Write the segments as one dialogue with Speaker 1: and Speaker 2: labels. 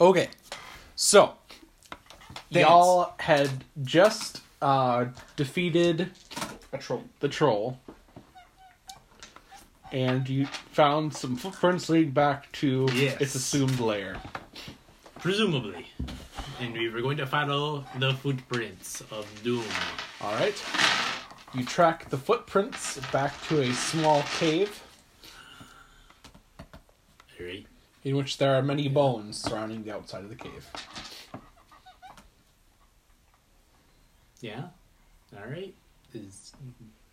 Speaker 1: Okay, so y'all had just uh, defeated
Speaker 2: A troll.
Speaker 1: the troll, and you found some footprints leading back to
Speaker 3: Yes.
Speaker 1: its assumed lair.
Speaker 3: Presumably. And we were going to follow the footprints of doom.
Speaker 1: All right, you track the footprints back to a small cave
Speaker 3: Right?
Speaker 1: in which there are many bones surrounding the outside of the cave.
Speaker 3: Yeah? Alright. Does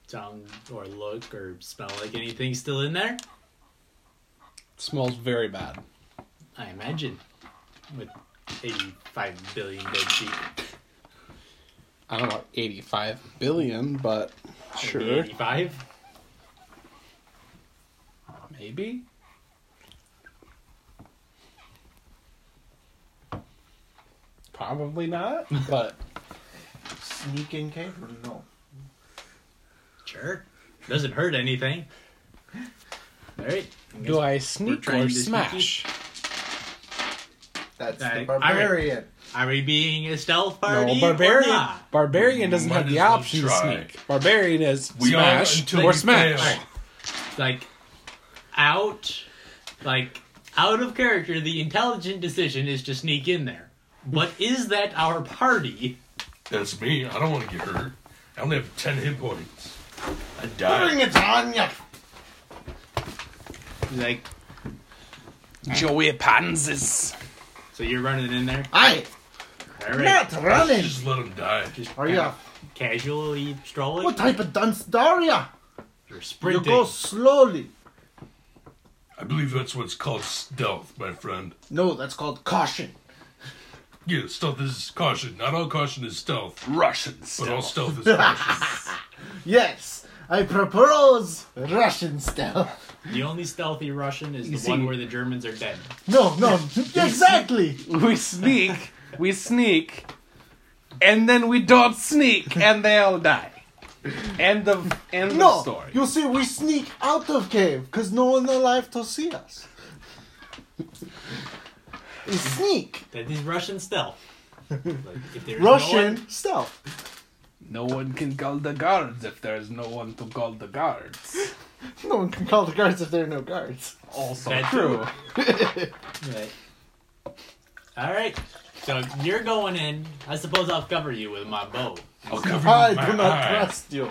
Speaker 3: sound or look or smell like anything still in there?
Speaker 1: It smells very bad.
Speaker 3: I imagine. With 85 billion dead sheep.
Speaker 1: I don't know, eighty-five billion, but
Speaker 3: Maybe
Speaker 1: sure,
Speaker 3: 85?
Speaker 1: maybe. Probably not, but
Speaker 2: Sneak in cave? No.
Speaker 3: Sure. Doesn't hurt anything. Alright.
Speaker 1: do I sneak
Speaker 3: trying
Speaker 1: or
Speaker 3: to sneak
Speaker 1: smash?
Speaker 2: That's
Speaker 3: Hey,
Speaker 2: the
Speaker 3: Ira.
Speaker 2: barbarian.
Speaker 3: Are we being a stealth party?
Speaker 1: No,
Speaker 3: Or
Speaker 1: barbarian.
Speaker 3: not?
Speaker 1: Barbarian doesn't
Speaker 4: Might
Speaker 1: have the
Speaker 4: as well
Speaker 1: option to
Speaker 4: try.
Speaker 1: sneak. Barbarian is
Speaker 4: We are
Speaker 1: smash
Speaker 4: until
Speaker 1: or
Speaker 4: you
Speaker 1: smash.
Speaker 4: fail.
Speaker 3: like out like out of character the intelligent decision is to sneak in there but is that our party
Speaker 4: That's me. I don't want to get hurt. I only have 10 hit points. I
Speaker 2: Bring
Speaker 4: died.
Speaker 2: it on ya!
Speaker 3: like
Speaker 1: Joey Panzes.
Speaker 3: so you're running in there
Speaker 2: I
Speaker 3: all right
Speaker 2: not running!
Speaker 4: Just let him die.
Speaker 3: just
Speaker 2: Are ya?
Speaker 3: casually strolling
Speaker 2: What type of dunce are ya?
Speaker 3: you're
Speaker 2: You
Speaker 3: sprinting
Speaker 2: go slowly.
Speaker 4: I believe that's what's called stealth, my friend.
Speaker 2: No, that's called caution.
Speaker 4: Yeah, stealth is caution. Not all caution is stealth,
Speaker 1: Russian
Speaker 4: but all stealth is caution.
Speaker 2: Yes, I propose Russian stealth.
Speaker 3: the only stealthy russian is the
Speaker 1: see-
Speaker 3: one where the germans are dead
Speaker 2: No, no, exactly.
Speaker 1: We sneak, we sneak, and then we don't sneak, and they all die. End of end
Speaker 2: No,
Speaker 1: of story.
Speaker 2: you see, we sneak out of cave because no one alive to see us. We sneak
Speaker 3: that is russian stealth like, if there's no
Speaker 2: Russian
Speaker 3: one-
Speaker 2: stealth.
Speaker 1: No one can call the guards if there is no one to call the guards.
Speaker 2: No one can call the guards if there are no guards.
Speaker 1: Also
Speaker 3: That
Speaker 1: true.
Speaker 3: Right. All right. So you're going in. I suppose I'll cover you with my bow.
Speaker 4: I'll cover you
Speaker 2: I
Speaker 4: with my
Speaker 2: do not
Speaker 4: eye. Ah,
Speaker 2: trust you.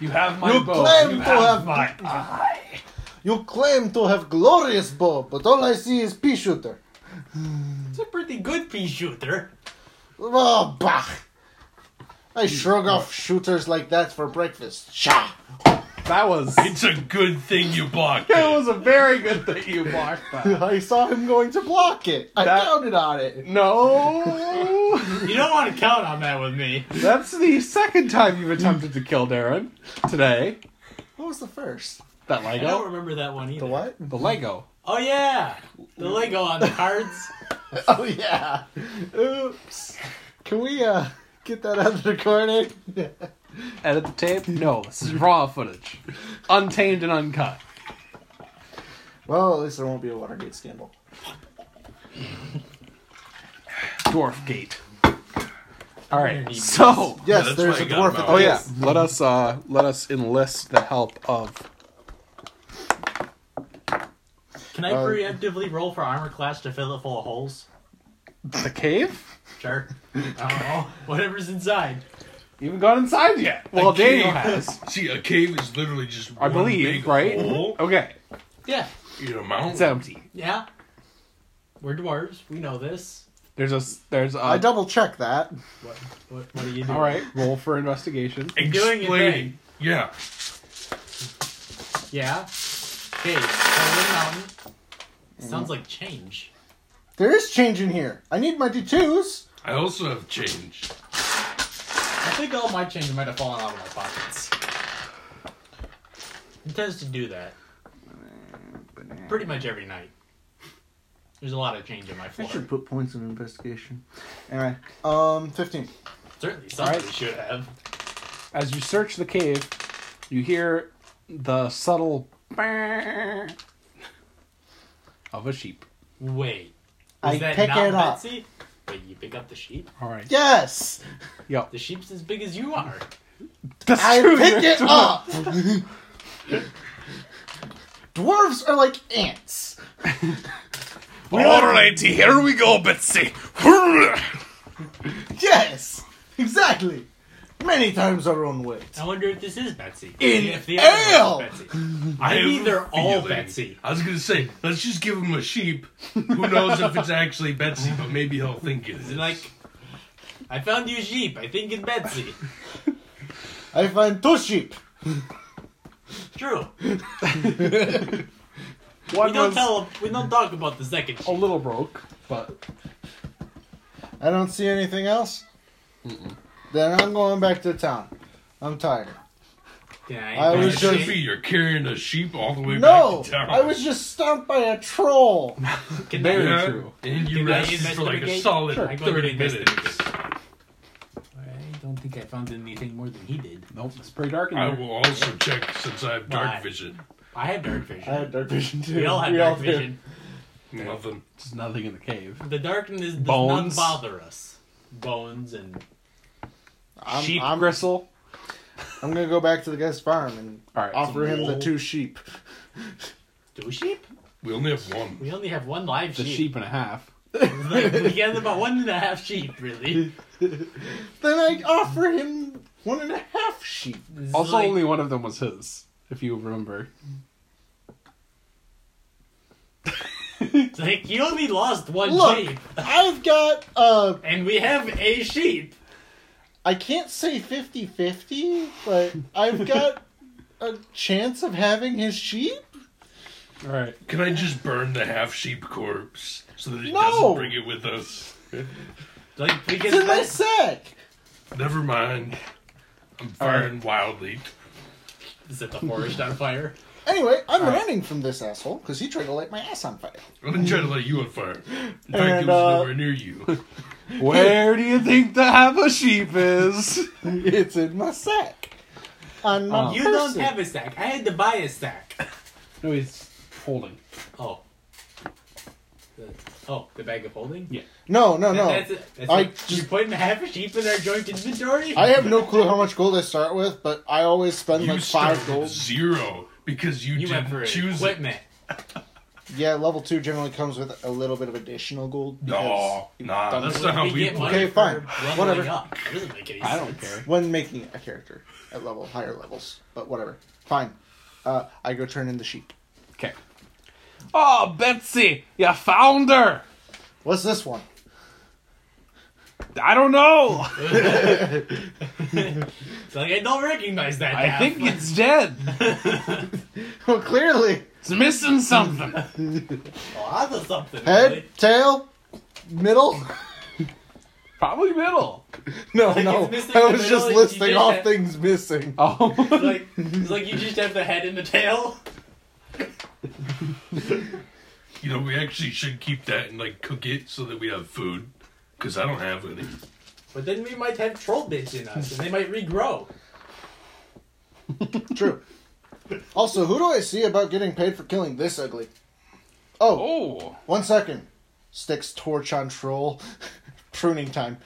Speaker 1: You have my
Speaker 2: You
Speaker 1: bow.
Speaker 2: claim
Speaker 1: you
Speaker 2: to
Speaker 1: have,
Speaker 2: have-
Speaker 1: my eye.
Speaker 2: You claim to have glorious bow, but all I see is pea shooter.
Speaker 3: It's a pretty good pea shooter.
Speaker 2: Oh, bah! I shrug off shooters like that for breakfast. Sha!
Speaker 1: That was
Speaker 4: It's a good thing you blocked.
Speaker 1: that
Speaker 4: It.
Speaker 1: was a very good that you blocked that.
Speaker 2: I saw him going to block it. I
Speaker 1: That-
Speaker 2: counted on it.
Speaker 1: No,
Speaker 3: You don't want to count on that with me.
Speaker 1: that's the second time you've attempted to kill Darren today.
Speaker 2: What was the first?
Speaker 1: That
Speaker 3: I don't
Speaker 1: Lego,
Speaker 3: remember that one either.
Speaker 2: The what?
Speaker 1: the Lego.
Speaker 3: Oh yeah, the Lego on the cards.
Speaker 2: Oh yeah. Oops. Can we uh get that out of the corner?
Speaker 1: Edit the tape? No, this is raw footage. Untamed and uncut.
Speaker 2: well, at least there won't be a Watergate scandal.
Speaker 1: Dwarf Gate. Alright,
Speaker 3: Underneath
Speaker 1: so
Speaker 2: Yes,
Speaker 4: that's
Speaker 2: there's
Speaker 4: why
Speaker 2: a
Speaker 4: I got
Speaker 2: dwarf
Speaker 4: him
Speaker 2: at
Speaker 4: out.
Speaker 2: the
Speaker 1: Oh yeah.
Speaker 2: base.
Speaker 1: Let us uh let us enlist the help of
Speaker 3: Can I
Speaker 2: Uh,
Speaker 3: preemptively roll for armor class to fill it full of holes?
Speaker 1: the cave?
Speaker 3: Sure. I don't know. Whatever's inside.
Speaker 1: You haven't gone inside yet. Well
Speaker 4: A
Speaker 1: Daniel
Speaker 4: cave.
Speaker 1: has.
Speaker 4: See, a cave is literally just
Speaker 1: I
Speaker 4: one
Speaker 1: believe,
Speaker 4: big
Speaker 1: right? Mm-hmm.
Speaker 4: hole
Speaker 1: Okay.
Speaker 3: Yeah.
Speaker 4: in a
Speaker 1: It's
Speaker 4: mountain.
Speaker 1: empty.
Speaker 3: Yeah. We're dwarves. We know this.
Speaker 1: There's a s- there's a
Speaker 2: I double check that.
Speaker 3: What? What, what are you doing?
Speaker 1: Alright, roll for investigation.
Speaker 3: I'm doing it
Speaker 4: Explaining. Yeah.
Speaker 3: Yeah. Okay. Golden Mountain. Sounds like change.
Speaker 2: There is change in here. I need my D2s.
Speaker 4: I also have change.
Speaker 3: I think all my change might have fallen out of my pockets. It tends to do that. Pretty much every night. There's a lot of change in my floor.
Speaker 2: put points in investigation. Anyway, um, 15.
Speaker 3: Certainly somebody
Speaker 1: Alright.
Speaker 3: should have.
Speaker 1: As you search the cave, you hear the subtle of a sheep.
Speaker 3: Wait.
Speaker 2: I
Speaker 3: that
Speaker 2: pick
Speaker 3: not
Speaker 2: it up.
Speaker 3: Betsy? Wait, you pick up the sheep?
Speaker 1: All right.
Speaker 2: Yes,
Speaker 1: Yo,
Speaker 3: The sheep's as big as you are.
Speaker 1: that's
Speaker 2: I
Speaker 1: true.
Speaker 2: pick
Speaker 1: you're
Speaker 2: it
Speaker 1: drunk.
Speaker 2: up. Dwarves are like ants.
Speaker 1: All righty, here we go, Betsy.
Speaker 2: Yes, exactly. Many times our own weight.
Speaker 3: I wonder if this is Betsy.
Speaker 2: In
Speaker 3: if the other
Speaker 2: ale!
Speaker 3: one's Betsy. Maybe
Speaker 4: have a
Speaker 3: they're all
Speaker 4: feeling-
Speaker 3: Betsy.
Speaker 4: I was gonna say, let's just give him a sheep. Who knows if it's actually Betsy, but maybe he'll think it is.
Speaker 3: Like, I found you sheep. I think it's Betsy.
Speaker 2: I find two sheep.
Speaker 3: True.
Speaker 1: One
Speaker 3: We don't
Speaker 1: was
Speaker 3: tell. We don't talk about the second
Speaker 1: a
Speaker 3: sheep.
Speaker 1: little broke, but
Speaker 2: I don't see anything else. Then I'm going back to town. I'm tired.
Speaker 3: Yeah,
Speaker 2: I
Speaker 4: It
Speaker 2: was
Speaker 4: should
Speaker 2: just-
Speaker 4: be you're carrying a sheep all the way
Speaker 2: No,
Speaker 4: back to town.
Speaker 2: I was just stomped by a troll.
Speaker 3: Can
Speaker 1: very
Speaker 3: I,
Speaker 4: Yeah,
Speaker 1: true.
Speaker 4: And you
Speaker 3: Can I
Speaker 4: rested for like a
Speaker 3: investigate?
Speaker 4: solid
Speaker 3: Sure. I go
Speaker 4: 30
Speaker 3: to
Speaker 4: minutes.
Speaker 3: investigate. I don't think I found anything more than he did.
Speaker 1: nope, it's pretty dark in
Speaker 4: I
Speaker 1: there.
Speaker 4: will also check since I have dark
Speaker 3: Why?
Speaker 4: vision.
Speaker 3: I had dark vision.
Speaker 2: I had dark vision too.
Speaker 3: we all had dark vision.
Speaker 4: Nothing.
Speaker 1: There's nothing in the cave.
Speaker 3: The darkness does
Speaker 1: Bones.
Speaker 3: not bother us. Bones and
Speaker 2: I'm,
Speaker 1: Sheep
Speaker 2: I'm,
Speaker 1: gristle.
Speaker 2: I'm gonna go back to the guy's farm and
Speaker 1: All right, so
Speaker 2: offer him the
Speaker 1: roll.
Speaker 2: two sheep.
Speaker 3: two sheep.
Speaker 4: We only have one.
Speaker 3: We only have one live
Speaker 1: The
Speaker 3: sheep.
Speaker 1: sheep and a half.
Speaker 3: like, we get about one and a half sheep, really.
Speaker 2: Then I offer him one and a half sheep.
Speaker 3: This is
Speaker 1: Also,
Speaker 3: like-
Speaker 1: only one of them was his, if you remember.
Speaker 3: it's like you only lost one
Speaker 2: Look,
Speaker 3: sheep,
Speaker 2: I've got uh,
Speaker 3: and we have a sheep.
Speaker 2: I can't say 50-50, but I've got a chance of having his sheep.
Speaker 1: All right.
Speaker 4: Can I just burn the half sheep corpse so that he
Speaker 2: No!
Speaker 4: doesn't bring it with us?
Speaker 3: Like we
Speaker 2: It's in
Speaker 3: get
Speaker 2: my sack.
Speaker 4: Never mind. I'm firing wildly.
Speaker 3: set the forest on fire.
Speaker 2: Anyway, I'm
Speaker 1: Alright.
Speaker 2: running from this asshole because he tried to light my ass on fire.
Speaker 4: I'm gonna try to light you on fire. In fact, it
Speaker 2: And,
Speaker 4: was
Speaker 2: uh,
Speaker 4: nowhere near you.
Speaker 1: Where do you think the half a sheep is?
Speaker 2: It's in my sack. On my
Speaker 1: Oh.
Speaker 3: You don't
Speaker 2: person.
Speaker 3: have a sack. I had to buy a sack.
Speaker 1: No, he's holding.
Speaker 3: Oh. The, oh, the bag of holding?
Speaker 1: Yeah.
Speaker 2: No, no, no.
Speaker 3: That's it. That's
Speaker 2: I
Speaker 3: it. you
Speaker 2: just-
Speaker 3: putting half a sheep in our joint inventory?
Speaker 2: I have no clue how much gold I start with, but I always spend
Speaker 4: you
Speaker 2: like
Speaker 4: started
Speaker 2: five
Speaker 4: with
Speaker 2: gold.
Speaker 4: zero because you,
Speaker 3: you went for
Speaker 4: didn't choose
Speaker 3: equipment.
Speaker 2: Yeah, level two generally comes with a little bit of additional gold.
Speaker 4: it.
Speaker 2: because
Speaker 4: No, nah,
Speaker 2: done
Speaker 4: that's
Speaker 2: it.
Speaker 4: not how
Speaker 3: we,
Speaker 4: we
Speaker 3: get
Speaker 4: play.
Speaker 3: money
Speaker 2: Okay,
Speaker 3: for
Speaker 2: fine.
Speaker 3: leveling
Speaker 2: Whatever.
Speaker 3: Up. It doesn't make any
Speaker 1: I don't
Speaker 3: sense.
Speaker 1: care.
Speaker 2: When making a character at level higher levels, but whatever. Fine. Uh, I go turn in the sheep.
Speaker 1: Okay. Oh, Betsy, you found her.
Speaker 2: What's this one?
Speaker 1: I don't know.
Speaker 3: It's like I don't recognize that.
Speaker 1: I
Speaker 3: half.
Speaker 1: think it's dead.
Speaker 2: Well, clearly,
Speaker 1: It's missing something.
Speaker 3: oh, that's something.
Speaker 2: head,
Speaker 3: really.
Speaker 2: tail, middle.
Speaker 1: Probably middle.
Speaker 2: No,
Speaker 3: Like,
Speaker 2: no.
Speaker 3: it's missing
Speaker 2: I
Speaker 3: the
Speaker 2: was just
Speaker 3: middle, you
Speaker 2: listing
Speaker 3: just
Speaker 2: all
Speaker 3: have-
Speaker 2: things missing.
Speaker 1: Oh.
Speaker 3: Like it's like you just have the head and the tail.
Speaker 4: You know, we actually should keep that and like cook it so that we have food. Because I don't have any.
Speaker 3: But then we might have troll bits in us, and they might regrow.
Speaker 2: True. Also, who do I see about getting paid for killing this ugly? Oh,
Speaker 1: Oh.
Speaker 2: one second. Sticks torch on troll. Pruning time.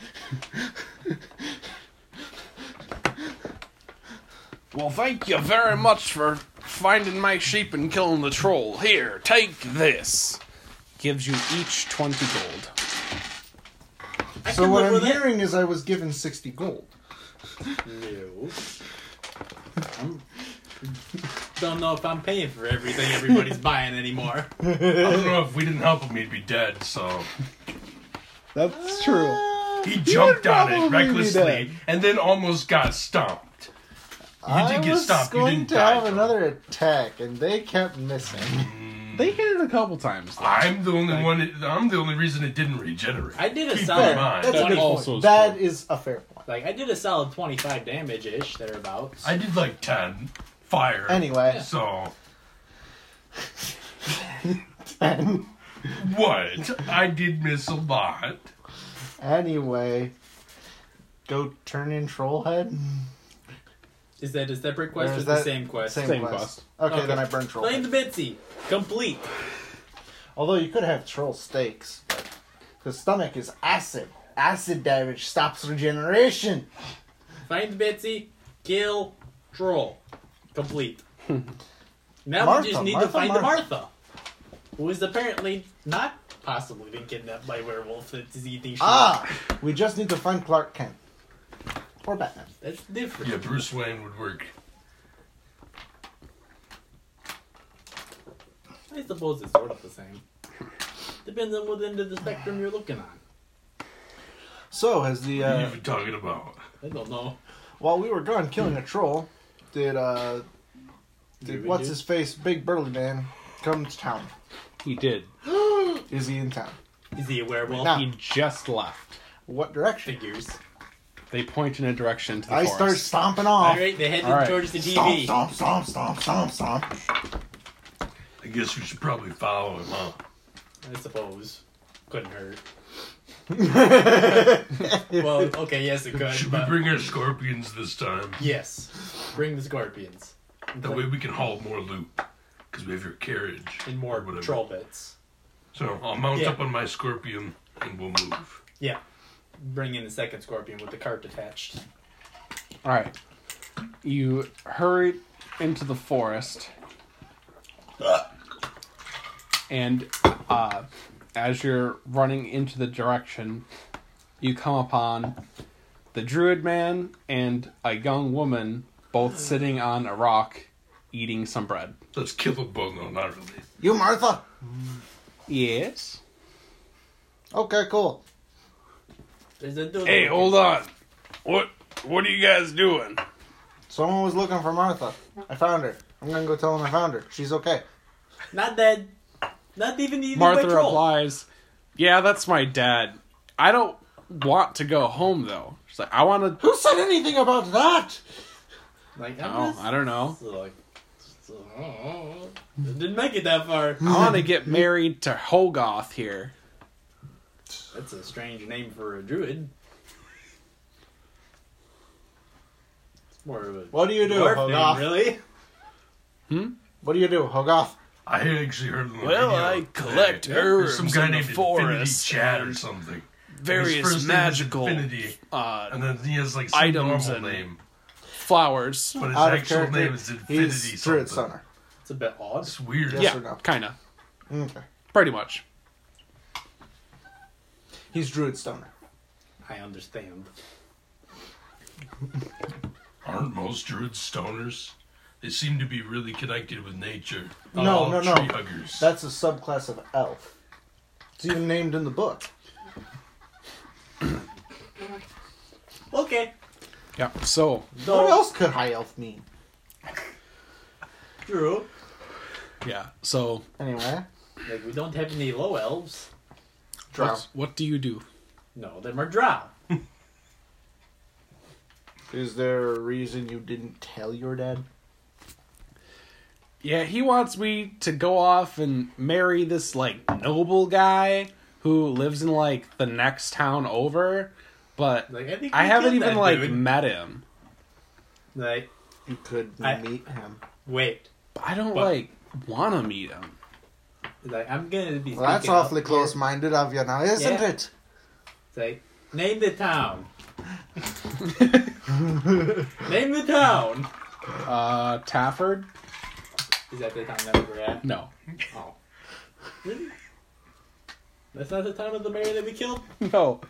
Speaker 1: Well, thank you very much for finding my sheep and killing the troll. Here, take this. Gives you each 20 gold.
Speaker 3: I
Speaker 2: So
Speaker 3: can
Speaker 2: what
Speaker 3: live
Speaker 2: I'm
Speaker 3: with it.
Speaker 2: hearing is I was given sixty gold.
Speaker 3: No. I'm- Don't know if I'm paying for everything everybody's buying anymore.
Speaker 4: I don't know if we didn't help him, he'd be dead, so.
Speaker 1: That's true.
Speaker 4: He jumped on
Speaker 2: probably
Speaker 4: it
Speaker 2: be
Speaker 4: recklessly
Speaker 2: dead.
Speaker 4: and then almost got stomped. You
Speaker 2: I
Speaker 4: did get
Speaker 2: was
Speaker 4: stopped. You
Speaker 2: going
Speaker 4: didn't
Speaker 2: to
Speaker 4: die.
Speaker 2: have
Speaker 4: though.
Speaker 2: another attack, and they kept missing.
Speaker 1: They hit it a couple times. though.
Speaker 4: I'm the only one. It, I'm the only reason it didn't regenerate.
Speaker 3: I did a
Speaker 4: Keep
Speaker 3: solid
Speaker 4: in mind,
Speaker 2: That's a
Speaker 1: That
Speaker 2: good
Speaker 1: also
Speaker 2: point.
Speaker 1: is
Speaker 2: That
Speaker 1: true.
Speaker 2: is a fair point.
Speaker 3: like I did a solid twenty five damage ish thereabouts.
Speaker 4: I did like ten fire.
Speaker 2: Anyway,
Speaker 4: so
Speaker 2: ten.
Speaker 4: what? I did miss a lot.
Speaker 2: Anyway, go turn in troll head.
Speaker 3: Is that a separate
Speaker 2: Or
Speaker 3: quest or,
Speaker 2: is
Speaker 3: the
Speaker 2: that-
Speaker 3: same quest?
Speaker 2: Same,
Speaker 1: Same
Speaker 2: quest.
Speaker 1: quest.
Speaker 2: Okay,
Speaker 3: Okay.
Speaker 2: then I burn troll.
Speaker 3: Blame the
Speaker 2: Head.
Speaker 3: Bitsy. Complete.
Speaker 2: Although you could have troll stakes. The stomach is acid. Acid damage stops regeneration.
Speaker 3: Find Betsy, kill troll. Complete. now we
Speaker 2: Martha,
Speaker 3: just need
Speaker 2: Martha,
Speaker 3: to find
Speaker 2: Martha.
Speaker 3: Martha, who is apparently not possibly been kidnapped by werewolf that is eating shit.
Speaker 2: Ah, we just need to find Clark Kent or Batman.
Speaker 3: That's different.
Speaker 4: Yeah, Bruce Wayne would work.
Speaker 3: I suppose it's sort of the same. Depends on what end of the spectrum you're looking on.
Speaker 2: So, has the
Speaker 4: What are you
Speaker 2: uh,
Speaker 4: even talking about?
Speaker 3: I don't know.
Speaker 2: while we were gone killing a troll, did uh,
Speaker 3: Did
Speaker 2: did
Speaker 3: we
Speaker 2: what's
Speaker 3: do-
Speaker 2: his face, big burly man, come to town?
Speaker 1: He did.
Speaker 2: Is he in town?
Speaker 3: Is he a werewolf?
Speaker 2: Now-
Speaker 1: He just left.
Speaker 2: What direction?
Speaker 3: Figures.
Speaker 1: They point in a direction to the
Speaker 2: I
Speaker 1: forest.
Speaker 2: start stomping off.
Speaker 3: All right, they head
Speaker 1: All right.
Speaker 3: towards the
Speaker 2: Stomp,
Speaker 3: TV.
Speaker 2: stomp, stomp, stomp, stomp, stomp.
Speaker 4: I guess we should probably follow him, huh?
Speaker 3: I suppose. Couldn't hurt. well, okay, yes, it could.
Speaker 4: Should we
Speaker 3: But
Speaker 4: bring our scorpions this time?
Speaker 3: yes, bring the scorpions
Speaker 4: That way we can haul more loot. Because we have your carriage.
Speaker 3: and more
Speaker 4: Whatever.
Speaker 3: troll bits.
Speaker 4: So I'll mount
Speaker 3: Yeah.
Speaker 4: up on my scorpion and we'll move.
Speaker 3: Yeah, bring in the second scorpion with the cart attached.
Speaker 1: All right. You hurry into the forest, and uh, as you're running into the direction, you come upon the druid man and a young woman both sitting on a rock eating some bread.
Speaker 4: Let's kill a bull. No, not really.
Speaker 2: You, Martha.
Speaker 1: Yes.
Speaker 2: Okay, cool.
Speaker 3: There's a dude.
Speaker 1: Hey, hold on. What what are you guys doing?
Speaker 2: Someone was looking for Martha. I found her. I'm gonna go tell them I found her. She's okay.
Speaker 3: Not dead. Not even eaten
Speaker 1: Martha
Speaker 3: by troll.
Speaker 1: replies, "Yeah, that's my dad. I don't want to go home though. She's like, I want to.
Speaker 2: Who said anything about that?
Speaker 3: Like, I'm
Speaker 1: Oh,
Speaker 3: just,
Speaker 1: I don't know.
Speaker 3: So, like, so, oh, didn't make it that far.
Speaker 1: I want to get married to Hogoth here.
Speaker 3: That's a strange name for a druid. It's more of a
Speaker 2: What do you do,
Speaker 3: dwarf name,
Speaker 2: Hogoth?
Speaker 3: really.
Speaker 2: What do you do, Hogoth?
Speaker 4: I actually heard on the
Speaker 1: Well,
Speaker 4: radio
Speaker 1: I
Speaker 4: that
Speaker 1: collect herbs
Speaker 4: there's some guy
Speaker 1: in the
Speaker 4: named
Speaker 1: forest
Speaker 4: Infinity Chat or
Speaker 1: and
Speaker 4: something. His
Speaker 1: Various
Speaker 4: first name is
Speaker 1: magical
Speaker 4: Infinity,
Speaker 1: uh,
Speaker 4: and then he has like some
Speaker 1: items
Speaker 4: normal
Speaker 1: and-
Speaker 4: name,
Speaker 1: flowers.
Speaker 4: but his
Speaker 2: Out of
Speaker 4: actual
Speaker 2: character.
Speaker 4: name is Infinity
Speaker 2: He's
Speaker 4: something.
Speaker 2: Druid Stunner.
Speaker 3: It's a bit odd.
Speaker 4: It's weird.
Speaker 2: Yes or
Speaker 1: Yeah,
Speaker 2: no?
Speaker 1: kind of,
Speaker 2: Okay.
Speaker 1: pretty much.
Speaker 2: He's Druid Stoner.
Speaker 3: I understand.
Speaker 4: Aren't most druids stoners? They seem to be really connected with nature.
Speaker 2: No,
Speaker 4: All
Speaker 2: no, no.
Speaker 4: tree Huggers.
Speaker 2: That's a subclass of elf. It's even named in the book.
Speaker 3: Okay.
Speaker 1: Yeah. So
Speaker 2: What
Speaker 3: So,
Speaker 2: else could high elf mean?
Speaker 3: Drew,
Speaker 1: yeah. So
Speaker 2: Anyway,
Speaker 3: like, we don't have any low elves.
Speaker 2: drow.
Speaker 1: what's- what do you do?
Speaker 3: No, them are drow.
Speaker 2: Is there a reason you didn't tell your dad?
Speaker 1: Yeah, he wants me to go off and marry this like noble guy who lives in like the next town over, but
Speaker 3: Like, I think
Speaker 1: I
Speaker 3: we
Speaker 1: haven't
Speaker 3: killed
Speaker 1: even
Speaker 3: that
Speaker 1: like
Speaker 3: dude.
Speaker 1: met him.
Speaker 3: Like,
Speaker 2: You could
Speaker 3: I-
Speaker 2: meet him.
Speaker 3: wait.
Speaker 1: I don't
Speaker 3: But-
Speaker 1: like want to meet him.
Speaker 3: Like, I'm gonna be.
Speaker 2: Well, that's
Speaker 3: speaking up
Speaker 2: awfully
Speaker 3: here.
Speaker 2: close-minded of you now, isn't
Speaker 3: Yeah.
Speaker 2: it?
Speaker 3: It's like, name the town. name the town.
Speaker 1: Uh, Tafford?
Speaker 3: Is that the town that we were at?
Speaker 1: No.
Speaker 3: Oh. Really? That's not the town of the mayor that we killed?
Speaker 1: No.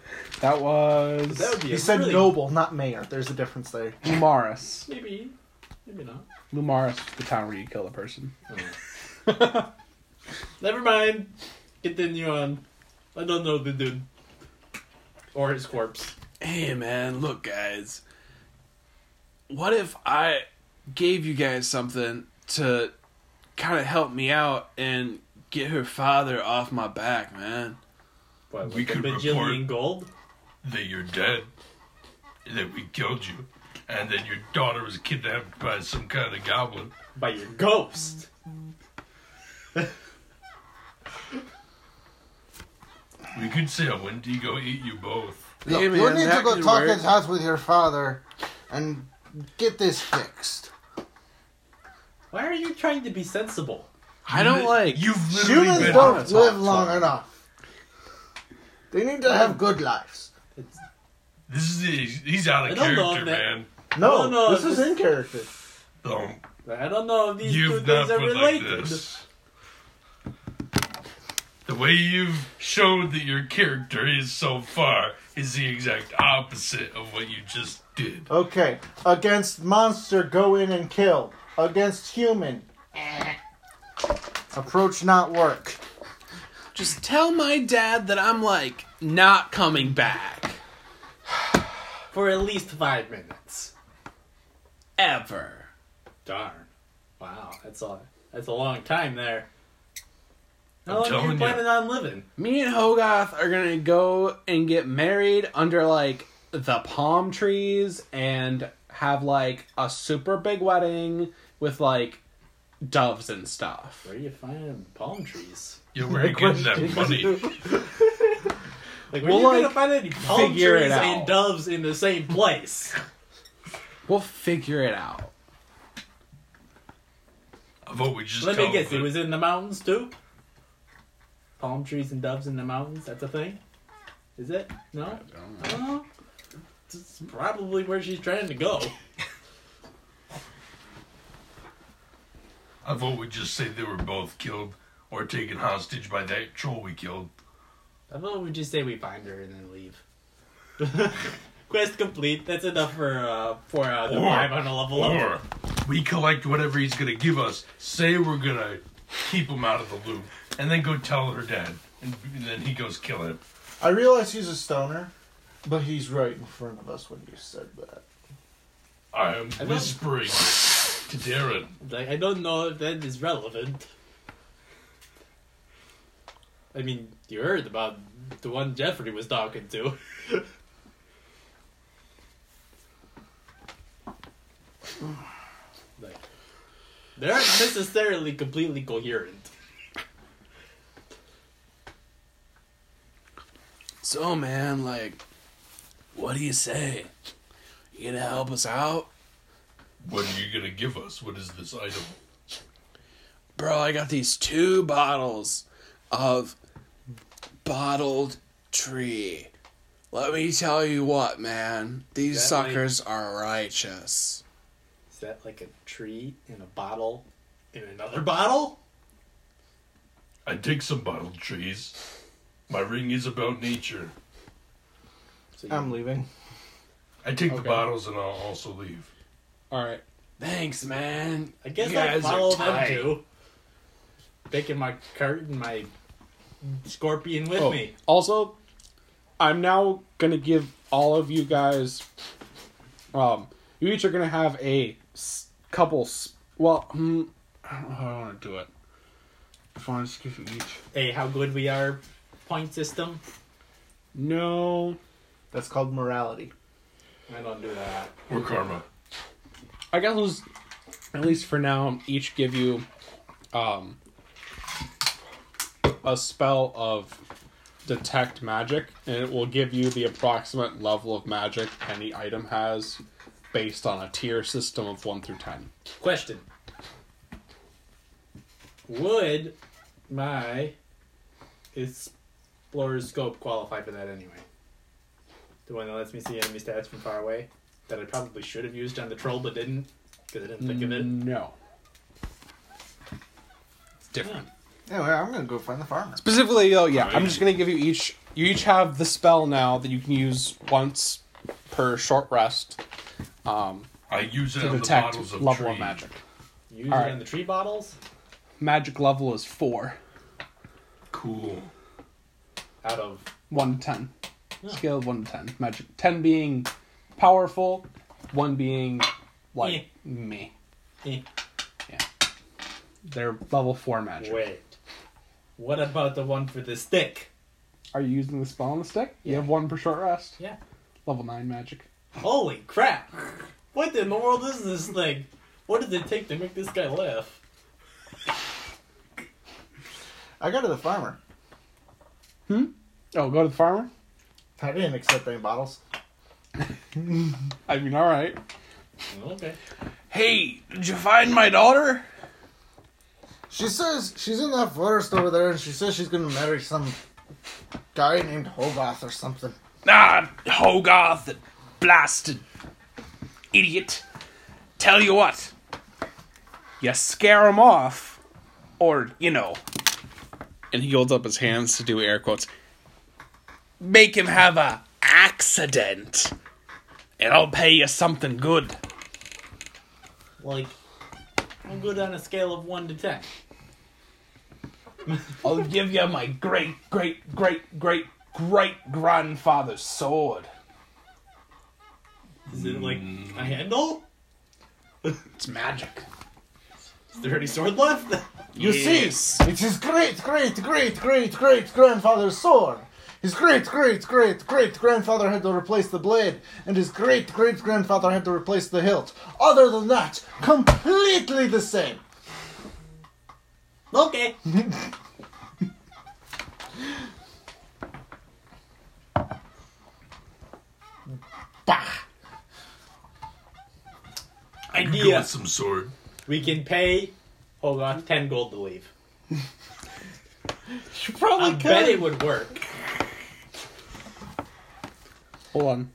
Speaker 1: That was
Speaker 3: That would be
Speaker 2: He
Speaker 3: a
Speaker 2: said
Speaker 3: really-
Speaker 2: noble, not mayor. There's a difference there.
Speaker 1: Lumaris.
Speaker 3: Maybe. Maybe not.
Speaker 1: Lumaris, the town where you kill a person.
Speaker 3: Hmm. Never mind. Continue on. I don't know the dude. Or his corpse.
Speaker 1: Hey man, look guys. What if I gave you guys something to kind of help me out and get her father off my back, man?
Speaker 3: What,
Speaker 4: We
Speaker 3: like a
Speaker 4: could
Speaker 3: bajillion
Speaker 4: report-
Speaker 3: gold?
Speaker 4: that you're dead, that we killed you, and then your daughter was kidnapped by some kind of goblin.
Speaker 3: By your ghost.
Speaker 4: We could say a Wendigo eat you both.
Speaker 1: Hey,
Speaker 2: Look,
Speaker 1: man,
Speaker 2: you need to
Speaker 1: that
Speaker 2: go
Speaker 1: could
Speaker 2: talk
Speaker 1: work.
Speaker 2: it out with your father and get this fixed.
Speaker 3: Why are you trying to be sensible?
Speaker 1: I don't like
Speaker 4: You've literally
Speaker 2: Humans
Speaker 4: been.
Speaker 1: don't wanna
Speaker 2: don't live
Speaker 1: talk,
Speaker 2: long
Speaker 1: so-
Speaker 2: enough.
Speaker 5: They need to have good lives.
Speaker 4: This is he's, he's out
Speaker 3: I
Speaker 4: of
Speaker 3: don't know
Speaker 4: character,
Speaker 3: that-
Speaker 4: man.
Speaker 5: No,
Speaker 3: No, no,
Speaker 5: this is
Speaker 3: this-
Speaker 5: in character.
Speaker 4: Um,
Speaker 3: I don't know if these two
Speaker 4: you've done
Speaker 3: things are
Speaker 4: put like
Speaker 3: related.
Speaker 4: this. The way you've showed that your character is so far is the exact opposite of what you just did.
Speaker 5: Okay. Against monster, go in and kill. Against human, eh. approach not work.
Speaker 1: Just tell my dad that I'm like not coming back
Speaker 3: for at least five minutes.
Speaker 1: ever.
Speaker 3: Darn. Wow, that's a that's a long time there. How
Speaker 4: I'm
Speaker 3: long are
Speaker 4: telling
Speaker 3: you
Speaker 4: you.
Speaker 3: planning on living?
Speaker 1: Me and Hogarth are gonna go and get married under like the palm trees and have like a super big wedding with like doves and stuff.
Speaker 3: Where are you finding palm trees?
Speaker 4: You're where you getting that money.
Speaker 3: Like where
Speaker 1: Well,
Speaker 3: are you
Speaker 1: like,
Speaker 3: gonna find any palm trees
Speaker 1: figure it out.
Speaker 3: and doves in the same place?
Speaker 1: We'll figure it out.
Speaker 4: I vote we just
Speaker 3: Let
Speaker 4: call
Speaker 3: me guess,
Speaker 4: it.
Speaker 3: it was in the mountains too? Palm trees and doves in the mountains, that's a thing? Is it? No? I don't know. It's probably where she's trying to go.
Speaker 4: I vote we just say they were both killed or taken hostage by that troll we killed.
Speaker 3: I thought we just say we find her and then leave. Quest complete. That's enough for uh for uh, the
Speaker 4: Or-
Speaker 3: vibe on a level up.
Speaker 4: Or we collect whatever he's gonna give us, say we're gonna keep him out of the loop, and then go tell her dad. And then he goes kill him.
Speaker 5: I realize he's a stoner, but he's right in front of us when you said that.
Speaker 4: I am
Speaker 3: don't-
Speaker 4: whispering to Darren.
Speaker 3: Like I don't know if that is relevant. I mean, you heard about the one Jeffrey was talking to. like, they aren't necessarily completely coherent.
Speaker 1: So man, like what do you say? You gonna help us out?
Speaker 4: What are you gonna give us? What is this item?
Speaker 1: Bro, I got these two bottles of bottled tree. Let me tell you what, man. These
Speaker 3: That
Speaker 1: suckers are righteous.
Speaker 3: Is that like a tree in a bottle in another bottle?
Speaker 4: I dig some bottled trees. My ring is about nature.
Speaker 3: So
Speaker 5: I'm leaving.
Speaker 4: I take
Speaker 1: Okay.
Speaker 4: the bottles and I'll also leave.
Speaker 1: All right. Thanks, man.
Speaker 3: I guess
Speaker 1: You
Speaker 3: I'll
Speaker 1: guys are
Speaker 3: follow them
Speaker 1: tight.
Speaker 3: too. Taking my cart and my scorpion with
Speaker 1: Oh,
Speaker 3: me.
Speaker 1: Also, I'm now gonna give all of you guys. Um, you each are gonna have a s- couple. s well, hmm, I don't know how I want to do it. If I want to just give you each.
Speaker 3: Hey, how good we are point system.
Speaker 1: No,
Speaker 5: That's called morality.
Speaker 3: I don't do that.
Speaker 4: Or karma.
Speaker 1: I guess we'll just, at least for now, each give you, um, a spell of detect magic, and it will give you the approximate level of magic any item has, based on a tier system of one through ten.
Speaker 3: Question. Would my explorer's scope qualify for that anyway? The one that lets me see enemy stats from far away? That I probably should have used on the troll but didn't because I didn't think of it.
Speaker 1: No. It's different.
Speaker 5: Anyway, I'm gonna go find the farmer.
Speaker 1: Specifically, though, yeah, I'm
Speaker 4: Right.
Speaker 1: just gonna give you each. You each have the spell now that you can use once per short rest um,
Speaker 4: I use it
Speaker 1: to
Speaker 4: on the
Speaker 1: detect
Speaker 4: bottles of
Speaker 1: level
Speaker 4: tree.
Speaker 1: of magic.
Speaker 3: Use
Speaker 1: All
Speaker 3: it
Speaker 1: right.
Speaker 3: on the tree bottles?
Speaker 1: Magic level is four,
Speaker 4: Cool.
Speaker 3: Out of
Speaker 1: one to ten,
Speaker 3: Yeah.
Speaker 1: scale of one to ten. Magic ten being powerful, one being like me.
Speaker 3: Eh.
Speaker 1: They're level four magic.
Speaker 3: Wait. What about the one for the stick?
Speaker 1: Are you using the spell on the stick? You
Speaker 3: Yeah.
Speaker 1: have one per short rest.
Speaker 3: Yeah.
Speaker 1: Level nine magic.
Speaker 3: Holy crap! What in the world is this thing? What did it take to make this guy laugh?
Speaker 5: I go to the farmer.
Speaker 1: Oh, go to the farmer.
Speaker 5: I didn't accept any bottles.
Speaker 1: I mean, all right.
Speaker 3: Okay.
Speaker 1: Hey, did you find my daughter?
Speaker 5: She says she's in that forest over there, and she says she's gonna marry some
Speaker 2: guy named Hogarth or something.
Speaker 1: Ah, Hogarth, that blasted idiot. Tell you what, you scare him off, or, you know. And he holds up his hands to do air quotes. Make him have a accident, and I'll pay you something good.
Speaker 3: Like, I'm good on a scale of 1 to 10.
Speaker 1: I'll give you my great, great, great, great, great grandfather's sword.
Speaker 3: Is it like
Speaker 4: Mm.
Speaker 3: a handle?
Speaker 1: It's magic.
Speaker 3: Is there any sword left?
Speaker 2: You see, it's his great, great, great, great, great grandfather's sword. His great, great, great, great grandfather had to replace the blade, and his great great grandfather had to replace the hilt. Other than that, completely the same.
Speaker 3: okay.
Speaker 2: Bah!
Speaker 4: I could go
Speaker 3: Idea.
Speaker 4: with some sword.
Speaker 3: We can pay Hogarth 10 gold to leave.
Speaker 2: You probably
Speaker 3: I bet it would work.
Speaker 1: Hold on.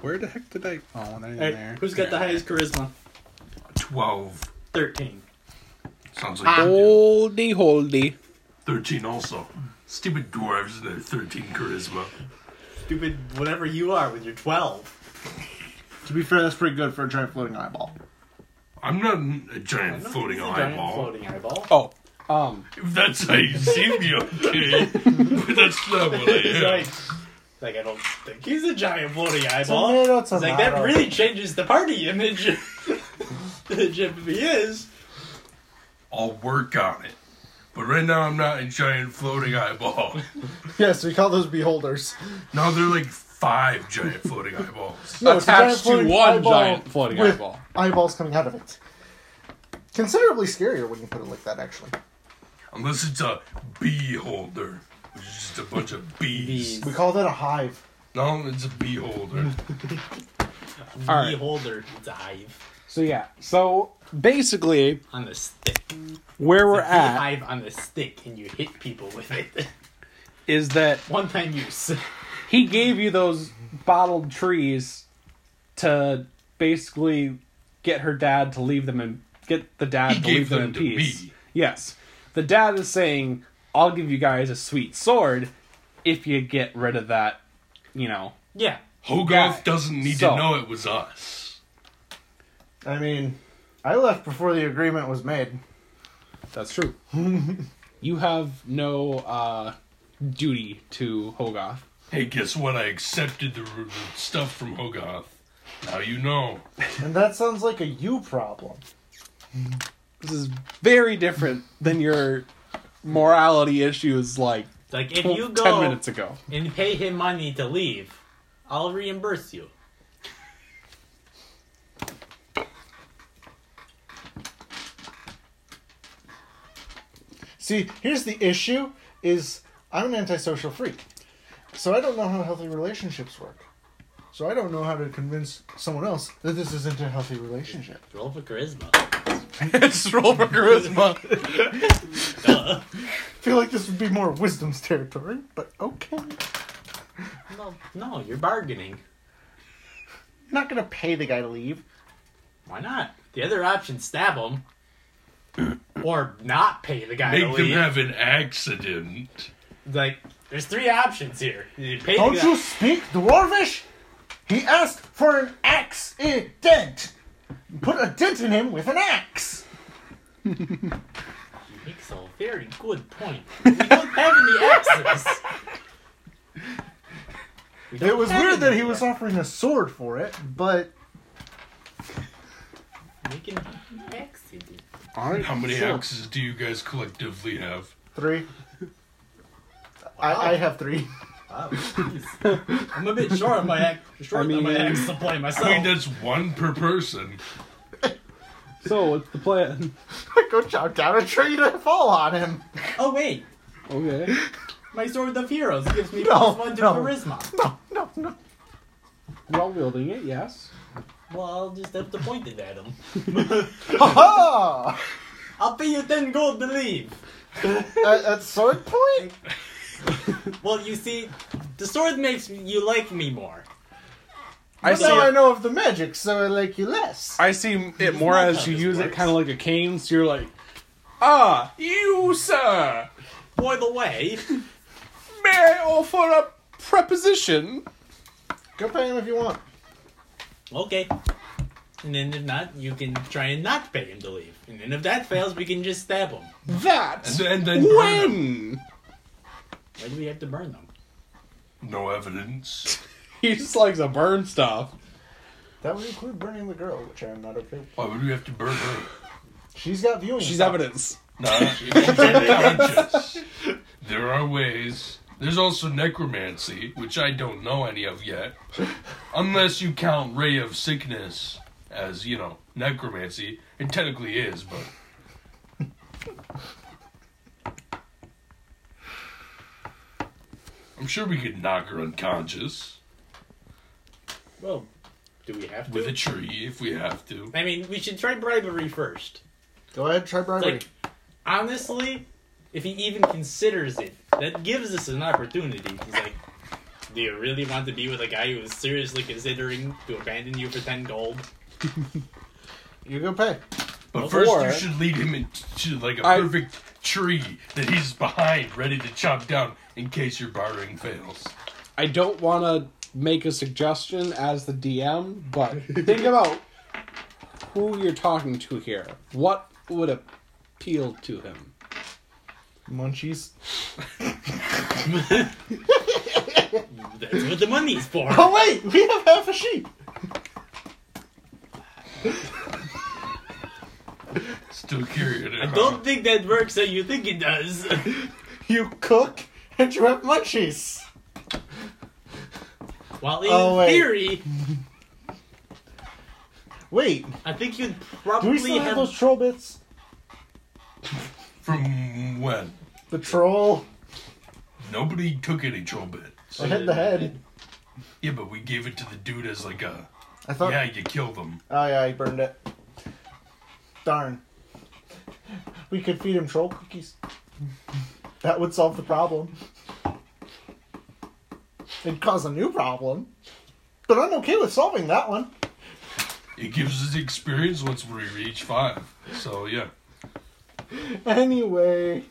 Speaker 1: Where the heck did I? Oh, they're in
Speaker 3: Hey,
Speaker 1: there.
Speaker 3: who's got the highest charisma?
Speaker 4: 12.
Speaker 3: 13.
Speaker 4: Sounds
Speaker 1: Ah.
Speaker 4: like you do.
Speaker 1: Holdy, holdy.
Speaker 4: 13 also. Stupid dwarves and their 13 charisma.
Speaker 3: Stupid, whatever you are with your 12.
Speaker 2: To be fair, that's pretty good for a giant floating eyeball.
Speaker 4: I'm not a giant floating
Speaker 3: This is a giant
Speaker 4: eyeball.
Speaker 3: Floating eyeball.
Speaker 1: Oh, um,
Speaker 4: If that's how you see me, okay. but that's not what I
Speaker 3: He's
Speaker 4: am.
Speaker 3: like, like, I don't think he's a giant floating eyeball.
Speaker 2: Tomato,
Speaker 3: It's like,
Speaker 2: tomato.
Speaker 3: that really changes the party image. image if he is.
Speaker 4: I'll work on it. But right now, I'm not a giant floating eyeball.
Speaker 2: Yes, we call those beholders.
Speaker 4: Now they're like five giant floating eyeballs.
Speaker 2: No, it's a giant
Speaker 1: attached to
Speaker 2: floating
Speaker 1: one
Speaker 2: eyeball
Speaker 1: giant floating
Speaker 2: with
Speaker 1: eyeball.
Speaker 2: Eyeballs coming out of it. Considerably scarier when you put it like that, actually.
Speaker 4: Unless it's a beholder, which is just a bunch of bees.
Speaker 2: We call that a hive.
Speaker 4: No, it's a beholder.
Speaker 1: All right.
Speaker 3: Beholder, it's a hive
Speaker 1: So yeah, so basically,
Speaker 3: on the stick.
Speaker 1: where we're
Speaker 3: It's a
Speaker 1: at
Speaker 3: hive on the stick, and you hit people with it.
Speaker 1: is that
Speaker 3: One time use.
Speaker 1: he gave you those bottled trees to basically get her dad to leave them and get the dad to
Speaker 4: He gave
Speaker 1: leave them,
Speaker 4: them
Speaker 1: in
Speaker 4: to
Speaker 1: peace.
Speaker 4: me.
Speaker 1: Yes, the dad is saying, "I'll give you guys a sweet sword if you get rid of that." You know,
Speaker 3: Yeah.
Speaker 4: Hogarth doesn't need
Speaker 1: So-
Speaker 4: to know it was us.
Speaker 2: I mean, I left before the agreement was made.
Speaker 1: that's true. you have no uh, duty to Hogarth.
Speaker 4: Hey, guess what? I accepted the, the stuff from Hogarth. Now you know.
Speaker 2: And that sounds like a you problem.
Speaker 1: This is very different than your morality issues like
Speaker 3: Like, if
Speaker 1: tw-
Speaker 3: you
Speaker 1: 10
Speaker 3: go
Speaker 1: minutes ago.
Speaker 3: and pay him money to leave, I'll reimburse you.
Speaker 2: See, here's the issue is I'm an antisocial freak. So I don't know how healthy relationships work. So I don't know how to convince someone else that this isn't a healthy relationship.
Speaker 3: Roll for charisma.
Speaker 1: Just roll for charisma.
Speaker 3: Duh.
Speaker 2: I feel like this would be more wisdom's territory, but okay. I'm
Speaker 3: no, no, you're bargaining.
Speaker 2: not gonna pay the guy to leave.
Speaker 3: Why not? The other option, stab him. Or not pay the guy to
Speaker 4: Make them
Speaker 3: leave.
Speaker 4: have an accident.
Speaker 3: like, there's three options here. You pay
Speaker 2: Don't
Speaker 3: the
Speaker 2: you speak dwarvish? He asked for an axe a dent. Put a dent in him with an axe.
Speaker 3: guy. Makes a very good point. We don't have any axes. We
Speaker 2: It
Speaker 3: don't
Speaker 2: was
Speaker 3: have
Speaker 2: weird that
Speaker 3: any
Speaker 2: he was
Speaker 3: yet.
Speaker 2: offering a sword for it, but
Speaker 3: We can exit it.
Speaker 1: Alright,
Speaker 4: How many
Speaker 1: sure.
Speaker 4: axes do you guys collectively have?
Speaker 2: three. I, I have three.
Speaker 3: Wow, jeez. Oh, I'm a bit short on my act. Short
Speaker 1: I mean-
Speaker 3: on my axe supply myself.
Speaker 4: I mean, that's one per person.
Speaker 1: So, what's the plan?
Speaker 2: I go chop down a tree to fall on him.
Speaker 3: oh wait,
Speaker 1: Okay.
Speaker 3: my sword of heroes gives me
Speaker 2: No,
Speaker 3: plus one to
Speaker 2: no.
Speaker 3: charisma.
Speaker 2: No, no, no.
Speaker 1: While wielding it, yes.
Speaker 3: Well, I'll just have to point it at him.
Speaker 2: Ha ha!
Speaker 3: I'll pay you ten gold to leave.
Speaker 2: at, at sword point?
Speaker 3: Well, you see, the sword makes you like me more.
Speaker 1: I
Speaker 2: But now
Speaker 1: see
Speaker 2: I
Speaker 1: it,
Speaker 2: know of the magic, so I like you less.
Speaker 1: I see it more
Speaker 3: not
Speaker 1: as
Speaker 3: how
Speaker 1: you
Speaker 3: this
Speaker 1: use it
Speaker 3: works.
Speaker 1: kind of like a cane. So you're like, ah, you sir,
Speaker 3: By the way,
Speaker 1: may I offer a preposition?
Speaker 2: Go pay him if you want.
Speaker 3: okay. And then if not, you can try and not pay him to leave. And then if that fails, we can just stab him.
Speaker 1: That
Speaker 4: And then burn them.
Speaker 1: when
Speaker 3: Why do we have to burn them?
Speaker 4: No evidence.
Speaker 1: he just likes to burn stuff.
Speaker 2: That would include burning the girl, which I'm not okay with.
Speaker 4: Why would we have to burn her?
Speaker 2: She's got viewing.
Speaker 1: She's
Speaker 2: power.
Speaker 1: evidence.
Speaker 4: No, she's conscious. There are ways. There's also necromancy, which I don't know any of yet. Unless you count Ray of Sickness as, you know, necromancy. It technically is, but. I'm sure we could knock her unconscious
Speaker 3: Well, do we have to?
Speaker 4: with a tree if we have to.
Speaker 3: I mean, we should try bribery first.
Speaker 2: Go ahead, try bribery.
Speaker 3: Like, honestly, if he even considers it, that gives us an opportunity. He's like, do you really want to be with a guy who is seriously considering to abandon you for 10 gold?
Speaker 2: you go pay.
Speaker 4: But first,
Speaker 1: Or-
Speaker 4: you should lead him into like a
Speaker 1: I-
Speaker 4: perfect tree that he's behind, ready to chop down in case your bartering fails.
Speaker 1: I don't want to make a suggestion as the DM, but think about who you're talking to here. What would appeal to him?
Speaker 2: Munchies.
Speaker 3: That's what the money's for.
Speaker 2: Oh wait, we have half a sheep.
Speaker 4: Still carrying it. huh?
Speaker 3: Don't think that works how you think it does.
Speaker 2: You cook and you have munchies.
Speaker 3: While in
Speaker 2: Oh, wait.
Speaker 3: theory,
Speaker 2: Wait,
Speaker 3: I think you'd
Speaker 2: do we
Speaker 3: probably
Speaker 2: still have
Speaker 3: have.
Speaker 2: those troll bits?
Speaker 4: From when?
Speaker 2: The troll,
Speaker 4: Nobody took any troll bits.
Speaker 2: the head, the head.
Speaker 4: Yeah, but we gave it to the dude as like a.
Speaker 2: I thought.
Speaker 4: Yeah, you killed them.
Speaker 2: Oh yeah, he burned it. Darn. We could feed him troll cookies. That would solve the problem. It'd cause a new problem. But I'm okay with solving that one.
Speaker 4: It gives us experience once we reach five. So yeah.
Speaker 2: Anyway,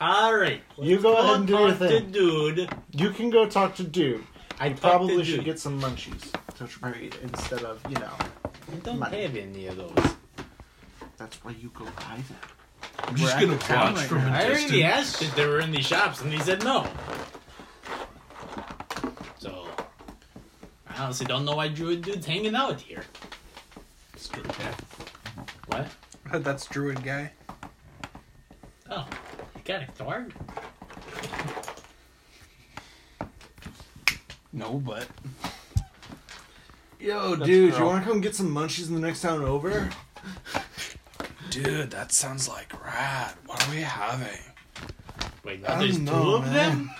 Speaker 3: Alright.
Speaker 2: You go ahead and do your
Speaker 3: Talk to
Speaker 2: thing.
Speaker 3: dude.
Speaker 2: you can go talk to Dude.
Speaker 3: I
Speaker 2: Probably should get some munchies. So should probably instead of, you know,
Speaker 3: I don't
Speaker 2: money.
Speaker 3: have any of those.
Speaker 2: that's why you go buy them.
Speaker 4: I'm just
Speaker 2: at
Speaker 4: gonna
Speaker 2: the town
Speaker 4: watch
Speaker 2: right
Speaker 4: from
Speaker 3: I
Speaker 4: a
Speaker 3: already asked
Speaker 4: distance.
Speaker 3: if they were in the shops, and he said no. So, I honestly don't know why Druid Dude's hanging out here. What?
Speaker 6: That's druid guy.
Speaker 3: Oh, he got ignored?
Speaker 6: No, but
Speaker 2: Yo, dude,
Speaker 1: girl.
Speaker 2: you wanna come get some munchies in the next town over?
Speaker 6: dude, that sounds like rad. What are we having?
Speaker 3: Wait,
Speaker 6: I
Speaker 3: now
Speaker 6: don't
Speaker 3: there's two
Speaker 6: know,
Speaker 3: of them?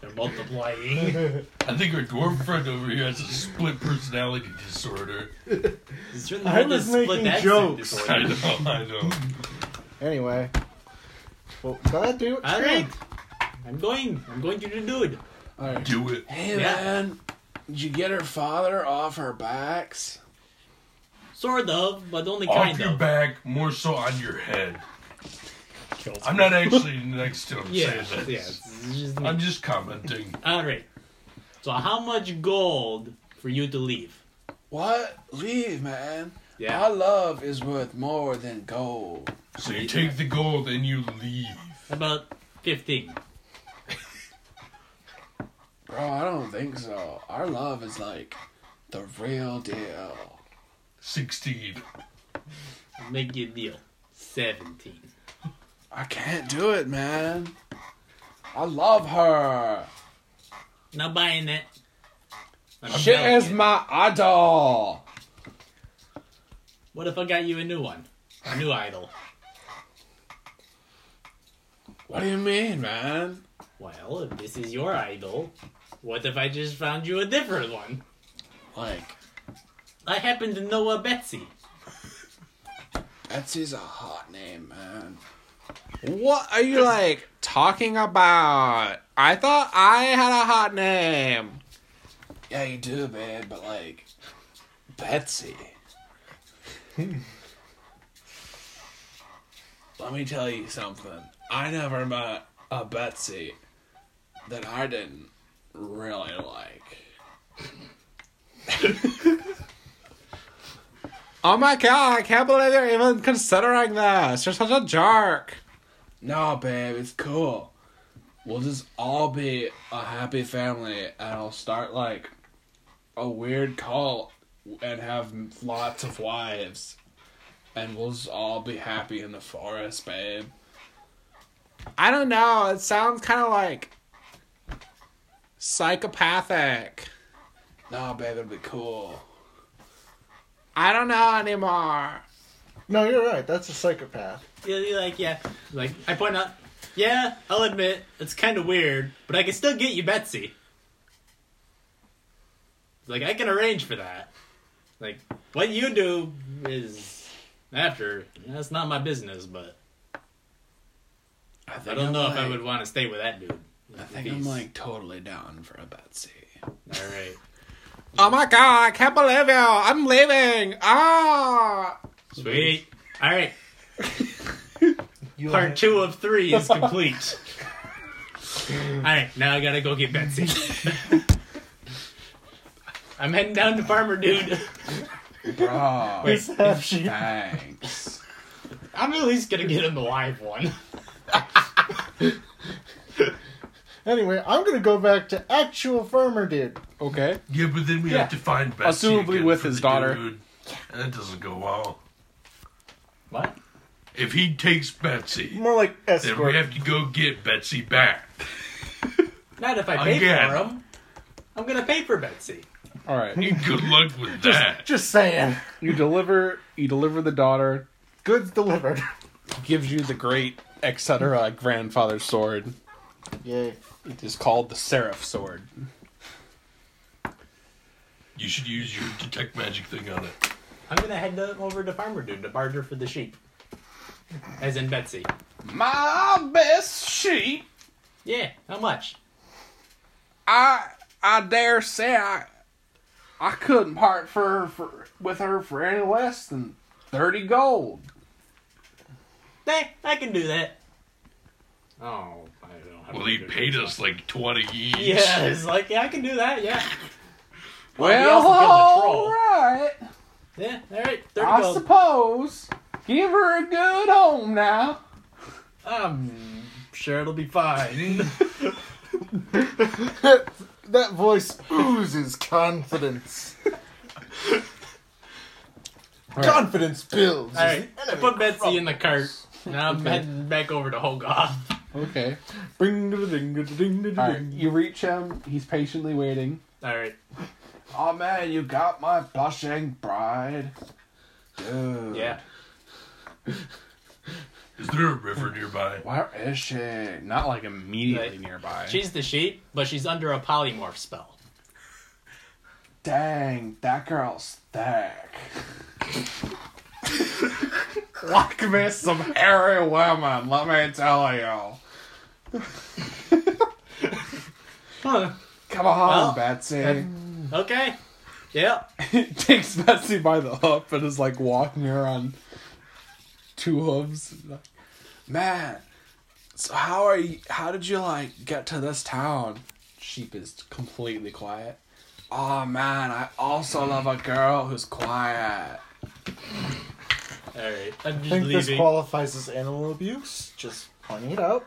Speaker 3: They're multiplying.
Speaker 4: I think our dwarf friend over here has a split personality disorder.
Speaker 3: It's really
Speaker 2: I
Speaker 3: hard to
Speaker 2: was
Speaker 3: split
Speaker 2: making
Speaker 3: that
Speaker 2: jokes.
Speaker 3: disorder.
Speaker 4: I know, I know.
Speaker 2: Anyway. Well, go ahead, dude.
Speaker 3: All right, I'm going. I'm going to the dude.
Speaker 1: All right.
Speaker 4: Do it.
Speaker 6: Hey
Speaker 3: Yeah.
Speaker 6: man, did you get her father off her backs?
Speaker 3: Sort of, but only
Speaker 4: Off
Speaker 3: kind
Speaker 4: your
Speaker 3: of.
Speaker 4: back, more so on your head.
Speaker 3: Kills
Speaker 4: I'm
Speaker 3: me.
Speaker 4: not actually next to him
Speaker 3: Yeah,
Speaker 4: saying that.
Speaker 3: yeah. it's just me.
Speaker 4: I'm just commenting.
Speaker 3: All right. So how much gold for you to leave?
Speaker 6: What? Leave, man.
Speaker 3: Yeah.
Speaker 6: My love is worth more than gold.
Speaker 4: So you take the gold and you leave.
Speaker 3: About 15.
Speaker 6: Bro, I don't think so. Our love is like the real deal.
Speaker 4: 16.
Speaker 3: Make you a deal. 17.
Speaker 6: I can't do it, man. I love her.
Speaker 3: Not buying it. I'm
Speaker 1: She
Speaker 3: telling
Speaker 1: is
Speaker 3: you.
Speaker 1: my idol.
Speaker 3: What if I got you a new one? A new idol.
Speaker 6: What do you mean, man?
Speaker 3: Well, if this is your idol, what if I just found you a different one?
Speaker 6: Like,
Speaker 3: I happen to know a Betsy.
Speaker 6: Betsy's a hot name, man.
Speaker 1: What are you like talking about? I thought I had a hot name.
Speaker 6: Yeah, you do, man, but like, Betsy. Let me tell you something. I never met a Betsy that I didn't really like.
Speaker 1: Oh my god, I can't believe you're even considering this. You're such a jerk.
Speaker 6: No, babe, it's cool. We'll just all be a happy family, and I'll start like a weird cult and have lots of wives, and we'll just all be happy in the forest, babe.
Speaker 1: I don't know, it sounds kind of like psychopathic.
Speaker 6: No, babe, it'll be cool.
Speaker 1: I don't know anymore.
Speaker 2: No, you're right. That's a psychopath.
Speaker 3: Yeah, you're like, yeah. Like, I point out, yeah, I'll admit, it's kind of weird, but I can still get you Betsy. Like, I can arrange for that. Like, what you do is after. That's not my business, but I
Speaker 6: think
Speaker 3: don't
Speaker 6: I'm,
Speaker 3: know if I
Speaker 6: like-
Speaker 3: would want to stay with that dude.
Speaker 6: I think I'm like totally down for a Betsy.
Speaker 3: Alright.
Speaker 1: Oh my god, I can't believe you. I'm leaving. Ah.
Speaker 3: Sweet. Alright.
Speaker 2: You
Speaker 3: Part two of three is complete. Alright, now I gotta go get Betsy. I'm heading down to Farmer Dude.
Speaker 6: Bro,
Speaker 3: Wait,
Speaker 2: Have she-
Speaker 6: thanks.
Speaker 3: I'm at least gonna get him the live one.
Speaker 2: Anyway, I'm gonna go back to actual farmer dude.
Speaker 1: Okay.
Speaker 4: Yeah, but then we have to find Betsy.
Speaker 1: Assumably
Speaker 4: again
Speaker 1: with
Speaker 4: for
Speaker 1: his
Speaker 4: the
Speaker 1: daughter.
Speaker 4: dude, and that doesn't go well.
Speaker 3: What?
Speaker 4: If he takes Betsy,
Speaker 2: More like
Speaker 4: then
Speaker 2: escort.
Speaker 4: we have to go get Betsy back.
Speaker 3: Not if I pay
Speaker 4: Again.
Speaker 3: for him. I'm gonna pay for Betsy.
Speaker 1: All right.
Speaker 4: Good luck with that.
Speaker 2: Just saying.
Speaker 1: You deliver. You deliver the daughter.
Speaker 2: Goods delivered.
Speaker 1: Gives you the great etc. grandfather sword.
Speaker 2: Yay.
Speaker 1: It is called the Seraph sword.
Speaker 4: you should use your detect magic thing on it.
Speaker 3: I'm gonna head to, over to Farmer Dude to barter for the sheep. As in Betsy.
Speaker 1: My best sheep.
Speaker 3: Yeah, how much?
Speaker 1: I I dare say I I couldn't part for, her for with her for any less than thirty gold.
Speaker 3: Hey, I can do that. Oh, I don't have
Speaker 4: Well, he paid us like 20 each.
Speaker 3: Yeah, it's like, yeah, I can do that, yeah.
Speaker 1: Well,
Speaker 3: also killed the troll.
Speaker 1: all right.
Speaker 3: Yeah, alright, 30
Speaker 1: I
Speaker 3: gold.
Speaker 1: suppose. Give her a good home now.
Speaker 3: I'm sure it'll be fine.
Speaker 2: That voice oozes confidence. Confidence builds.
Speaker 3: alright, I put Betsy in the cart. Now I'm heading back over to Hogoth.
Speaker 1: Okay.
Speaker 2: Bing, ding, ding, ding, ding, ding.
Speaker 1: All right. You reach him. He's patiently waiting.
Speaker 3: Alright.
Speaker 6: Oh man, you got my blushing bride. Dude.
Speaker 3: Yeah.
Speaker 4: Is there a river nearby?
Speaker 6: Where is she?
Speaker 1: Not like immediately
Speaker 3: Like,
Speaker 1: nearby.
Speaker 3: She's the sheep, but she's under a polymorph spell.
Speaker 6: Dang, that girl's thick.
Speaker 1: like me some hairy women. Let me tell you.
Speaker 3: Huh.
Speaker 6: Come on,
Speaker 3: Well,
Speaker 6: Betsy.
Speaker 3: Okay. Yeah.
Speaker 1: It takes Betsy by the hoof and is like walking her on two hooves.
Speaker 6: Man, so how are you? How did you like get to this town?
Speaker 1: Sheep is completely quiet.
Speaker 6: Oh man, I also love a girl who's quiet.
Speaker 3: Alright. I'm
Speaker 2: I
Speaker 3: just
Speaker 2: think this
Speaker 3: leaving.
Speaker 2: qualifies as animal abuse. Just pointing it out.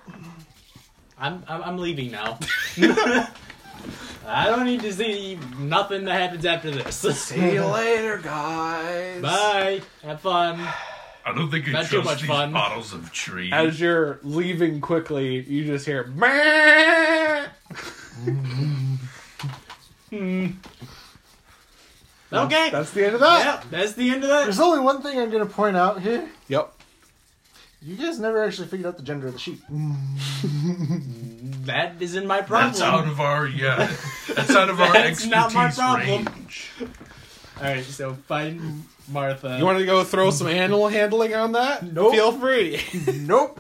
Speaker 3: I'm, I'm I'm leaving now. I don't need to see nothing that happens after this.
Speaker 6: See you later, guys.
Speaker 3: Bye. Have fun.
Speaker 4: I don't think I
Speaker 3: Not too
Speaker 4: trust
Speaker 3: much
Speaker 4: these
Speaker 3: fun.
Speaker 4: bottles of tree.
Speaker 1: As you're leaving quickly, you just hear "Meh."
Speaker 3: Okay.
Speaker 1: That's the end of that.
Speaker 3: Yep, that's the end of that.
Speaker 2: There's only one thing I'm gonna point out here.
Speaker 1: Yep.
Speaker 2: You guys never actually figured out the gender of the sheep.
Speaker 3: That isn't my problem.
Speaker 4: That's out of our, yeah. That's out of our
Speaker 3: That's
Speaker 4: expertise
Speaker 3: not my problem.
Speaker 4: range.
Speaker 3: All right, so find Martha.
Speaker 1: You want to go throw some animal handling on that?
Speaker 2: Nope.
Speaker 1: Feel free.
Speaker 2: Nope.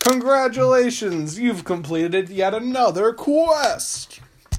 Speaker 1: Congratulations! You've completed yet another quest!